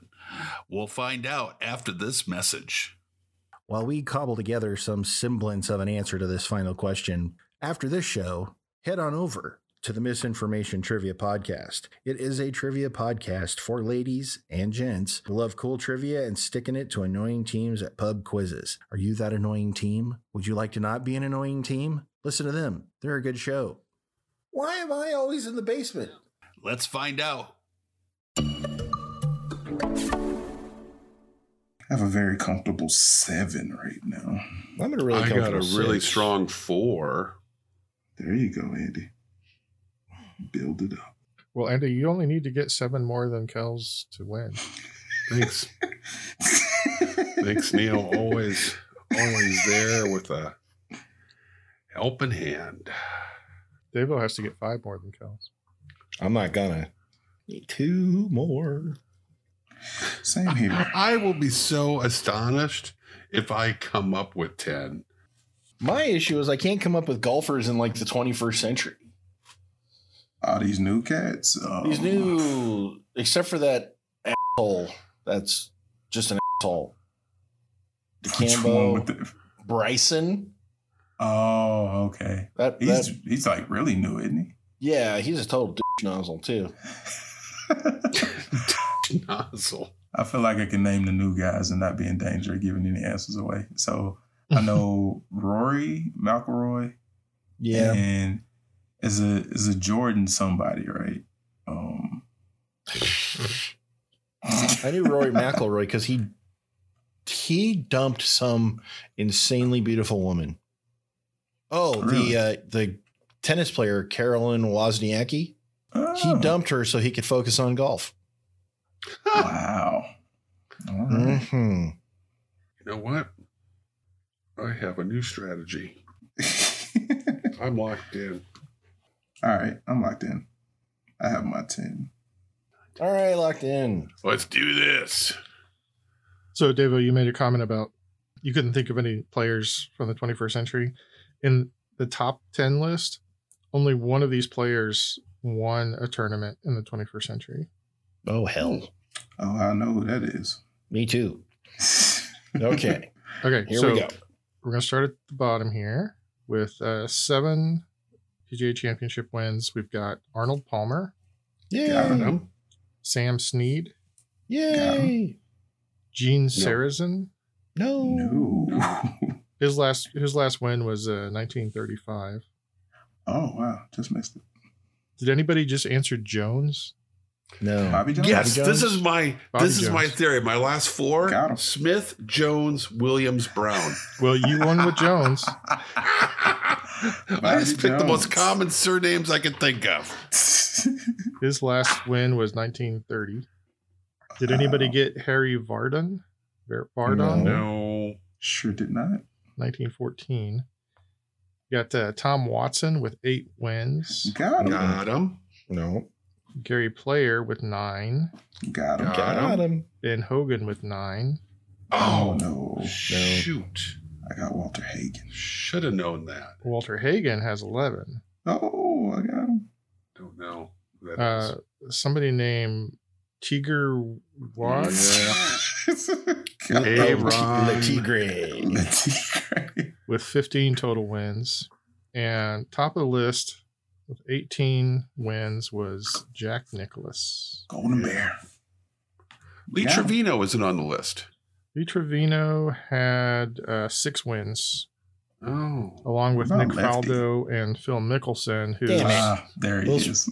We'll find out after this message.
While we cobble together some semblance of an answer to this final question, after this show, head on over to the Misinformation Trivia Podcast. It is a trivia podcast for ladies and gents who love cool trivia and sticking it to annoying teams at pub quizzes. Are you that annoying team? Would you like to not be an annoying team? Listen to them. They're a good show. Why am I always in the basement?
Let's find out.
I have a very comfortable seven right now.
I'm in a really
I got a
comfortable
really
six.
strong four.
There you go, Andy. Build it up.
Well, Andy, you only need to get seven more than Kells to win.
Thanks. Thanks, Neil. Always, always there with a helping hand.
Davo has to get five more than Kells.
I'm not gonna. Need Two more.
Same here.
I will be so astonished if I come up with 10.
My issue is I can't come up with golfers in like the 21st century.
All these new cats. Um,
These new, Oh except for that asshole. That's just an asshole.
which one
DeCambo,
with the-
Bryson.
Oh, okay.
That,
He's
that
he's like really new, isn't
yeah, he's a total douche nozzle too.
he?
Nozzle.
I feel like I can name the new guys and not be in danger of giving any answers away. So I know Rory McIlroy, and is a is a Jordan somebody, right? Um,
I knew Rory McIlroy because he he dumped some insanely beautiful woman. Oh,
Really?
the uh, the tennis player Carolyn Wozniacki. He
Oh,
dumped her so he could focus on golf.
Wow. All right.
hmm
You know what? I have a new strategy. I'm locked in.
All right, I'm locked in. I have my ten.
All right, locked in.
Let's do this.
So, Davo, you made a comment about you couldn't think of any players from the 21st century. In the top 10 list, only one of these players won a tournament in the 21st century.
Oh hell,
Oh, I know who that is.
me too. Okay,
Okay,
here
so
we go.
we're going to start at the bottom here with uh, seven PGA championship wins. We've got Arnold Palmer,
Got
Yay!
him.
Sam Snead,
Yay!
Gene Sarazen.
No.
No.
His last his last win was uh, 1935.
Oh wow, just missed it.
Did anybody just answer Jones?
No.
Bobby Jones.
Yes,
Bobby
this
Jones?
is my
Bobby
this is my
Jones.
theory. My last four:
Got 'em.
Smith, Jones, Williams, Brown.
Well, you won with Jones.
I just picked the most common surnames I could think of.
His last win was 1930. Did anybody get Harry Vardon? Var- Vardon,
No.
No,
Sure did not.
1914. Got uh, Tom Watson with eight wins.
Got him.
got him.
No.
Gary Player with nine.
Got him.
Got
Got
him.
him.
Ben Hogan with nine.
Oh
Oh
no,
shoot!
I got Walter Hagen.
Should have known that.
Walter Hagen has 11.
Oh, I got him.
Don't know. who That
Uh, somebody named Tiger Wad.
Got
Hey,
him.
Oh,
Ron.
Le Tigre.
Tigre.
with 15 total wins. And top of the list with 18 wins was Jack Nicholas.
Golden Bear.
Lee
Yeah.
Trevino isn't on the list.
Lee Trevino had uh, six wins,
Oh,
along with
Not
Nick
lefty.
Faldo and Phil Mickelson, who
Damn it.
Ah, there he
Those-
is.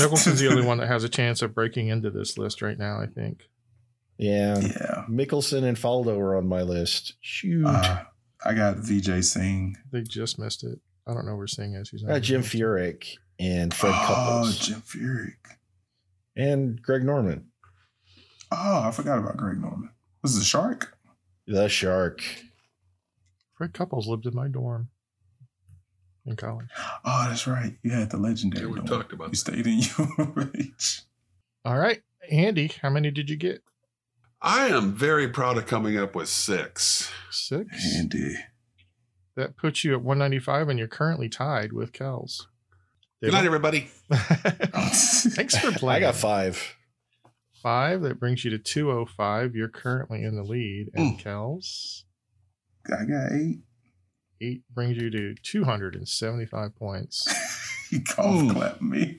Mickelson's the only one that has a chance of breaking into this list right now, I think.
Yeah.
Yeah.
Mickelson and Faldo were on my list. Shoot.
Uh, I got VJ Singh.
They just missed it. I don't know where Singh is. He's not
Uh,
here.
Jim Furyk and Fred
oh,
Couples
Jim Furyk.
and Greg Norman,
Oh, I forgot about Greg Norman. Was it a shark?
the Shark.
Fred Couples lived in my dorm in college.
Oh, that's right. You had the legendary.
yeah, we
one.
talked about
You
that.
stayed in UH.
All right. Andy, how many did you get?
I am very proud of coming up with six.
Six?
Andy.
That puts you at 195, and you're currently tied with Kells.
Good night, everybody.
Thanks for
I
playing.
got five.
five. That brings you to 205. You're currently in the lead, and Kells
I got eight.
eight brings you to 275 points.
He golf
Ooh.
clapped me.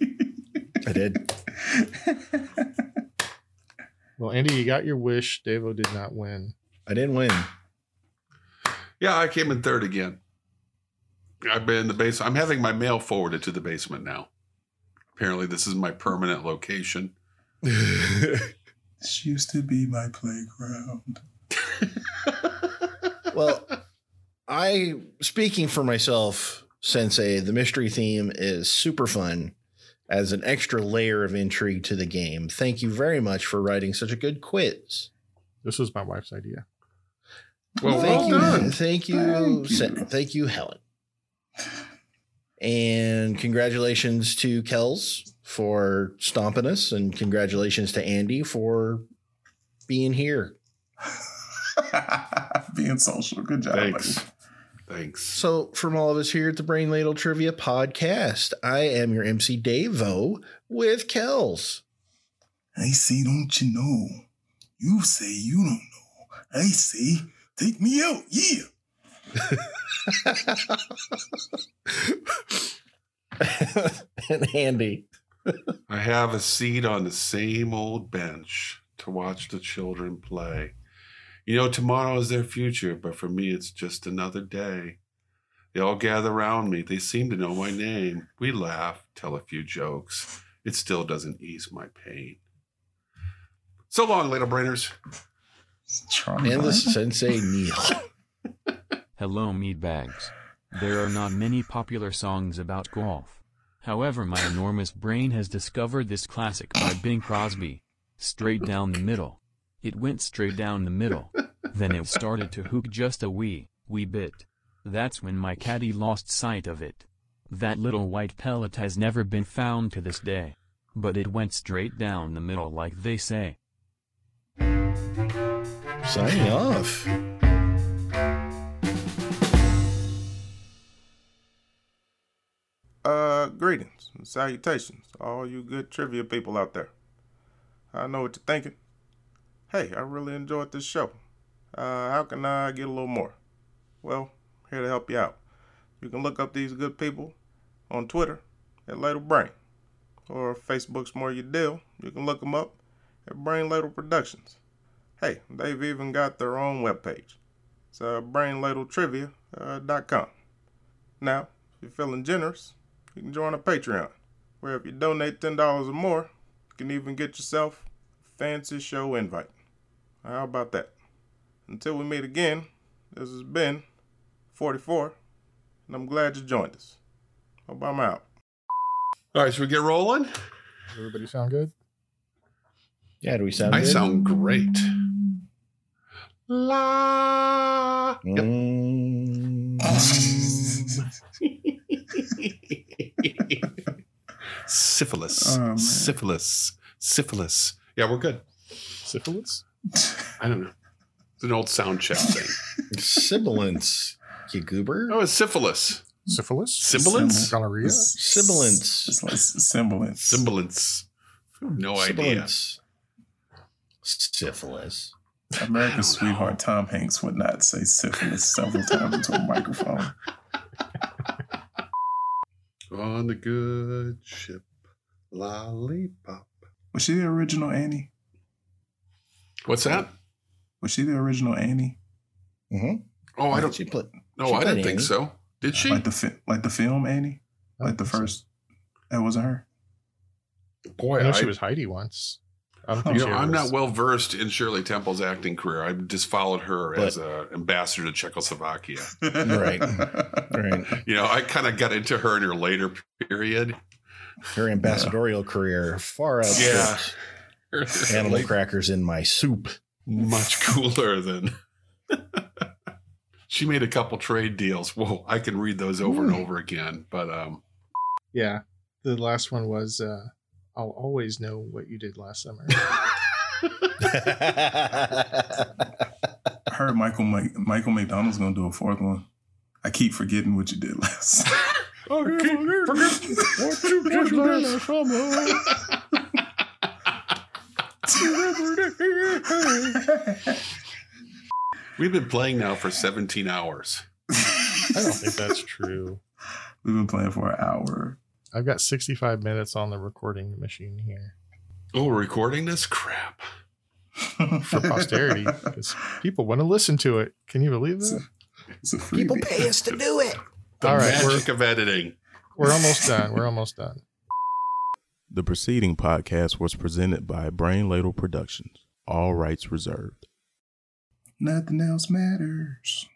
I did.
Well, Andy, you got your wish. Davo did not win.
I didn't win.
Yeah, I came in third again. I've been in the basement. I'm having my mail forwarded to the basement now. Apparently, this is my permanent location.
This used to be my playground.
well, I speaking for myself, Sensei, the mystery theme is super fun as an extra layer of intrigue to the game. Thank you very much for writing such a good quiz.
This was my wife's idea.
Well,
thank,
well
you,
done.
thank you,
Thank you.
Sen- thank you, Helen. And congratulations to Kells for stomping us, and congratulations to Andy for being here.
Being social. Good job.
Thanks.
buddy.
Thanks.
So, from all of us here at the Brain Ladle Trivia Podcast, I am your MC Davo with Kells.
I say, don't you know? You say you don't know. I say, take me out. Yeah.
and Andy.
I have a seat on the same old bench to watch the children play. You know, tomorrow is their future, but for me, it's just another day. They all gather round me. They seem to know my name. We laugh, tell a few jokes. It still doesn't ease my pain. So long, little brainers.
Trauma.
And the Sensei Neil.
Hello, meatbags. There are not many popular songs about golf. However, my enormous brain has discovered this classic by Bing Crosby. Straight down the middle. It went straight down the middle. Then it started to hook just a wee, wee bit. That's when my caddy lost sight of it. That little white pellet has never been found to this day. But it went straight down the middle, like they say.
Signing off.
Uh, greetings and salutations, to all you good trivia people out there. I know what you're thinking. Hey, I really enjoyed this show. Uh, how can I get a little more? Well, here to help you out. You can look up these good people on Twitter at Ladle Brain, or Facebook's More Your Deal. You can look them up at Brain Ladle Productions. Hey, they've even got their own webpage. It's uh, brainladletrivia.com. Uh, dot com. now, if you're feeling generous, you can join a Patreon, where if you donate ten dollars or more, you can even get yourself a fancy show invite. How about that? Until we meet again, this has been 44, and I'm glad you joined us. Hope I'm out.
All right, should we get rolling?
Does everybody sound good?
Yeah, do we sound
I
good?
sound great. La. Yep.
Mm,
Syphilis.
Oh, man.
syphilis. Syphilis. Yeah, we're good.
Syphilis?
I don't know. It's an old sound check thing.
Sibilance, you goober.
Oh, it's syphilis.
Syphilis?
Sibilance?
Gonorrhea?
Sibilance.
It's like semblance.
Sibilance. No idea.
Sibilance. Syphilis.
America's sweetheart Tom Hanks would not say syphilis several times into a microphone.
On the good ship. Lollipop.
Was she the original Annie?
What's that?
Was she the original Annie?
Oh, I don't
She played.
No,
she
I
played
don't think
Annie.
so. Did she?
Like the fi- like the film Annie? Like the first that wasn't her?
Boy,
I know she
I-
was Heidi once. I don't think
You
she
know,
ever
I'm
was.
not well versed in Shirley Temple's acting career. I just followed her
But-
as an ambassador to Czechoslovakia.
Right. Right.
You know, I kind of got into her in her later period.
Her ambassadorial career far outstrips
Yeah.
animal crackers in my soup.
Much cooler than. she made a couple trade deals. Whoa, I can read those over and over again. But um,
Yeah. The last one was uh, I'll always know what you did last summer.
I heard Michael Mc- Michael McDonald's gonna do a fourth one. I keep forgetting what you did last.
we've been playing now for 17 hours.
I don't think that's true.
We've been playing for an hour.
I've got 65 minutes on the recording machine here
Oh, we're recording this crap.
for posterity because people want to listen to it. Can you believe that?
It's a freebie.
People pay us to do it.
The All right, magic we're, of editing.
We're almost done. We're almost done.
The preceding podcast was presented by Brain Ladle Productions. All rights reserved.
Nothing else matters.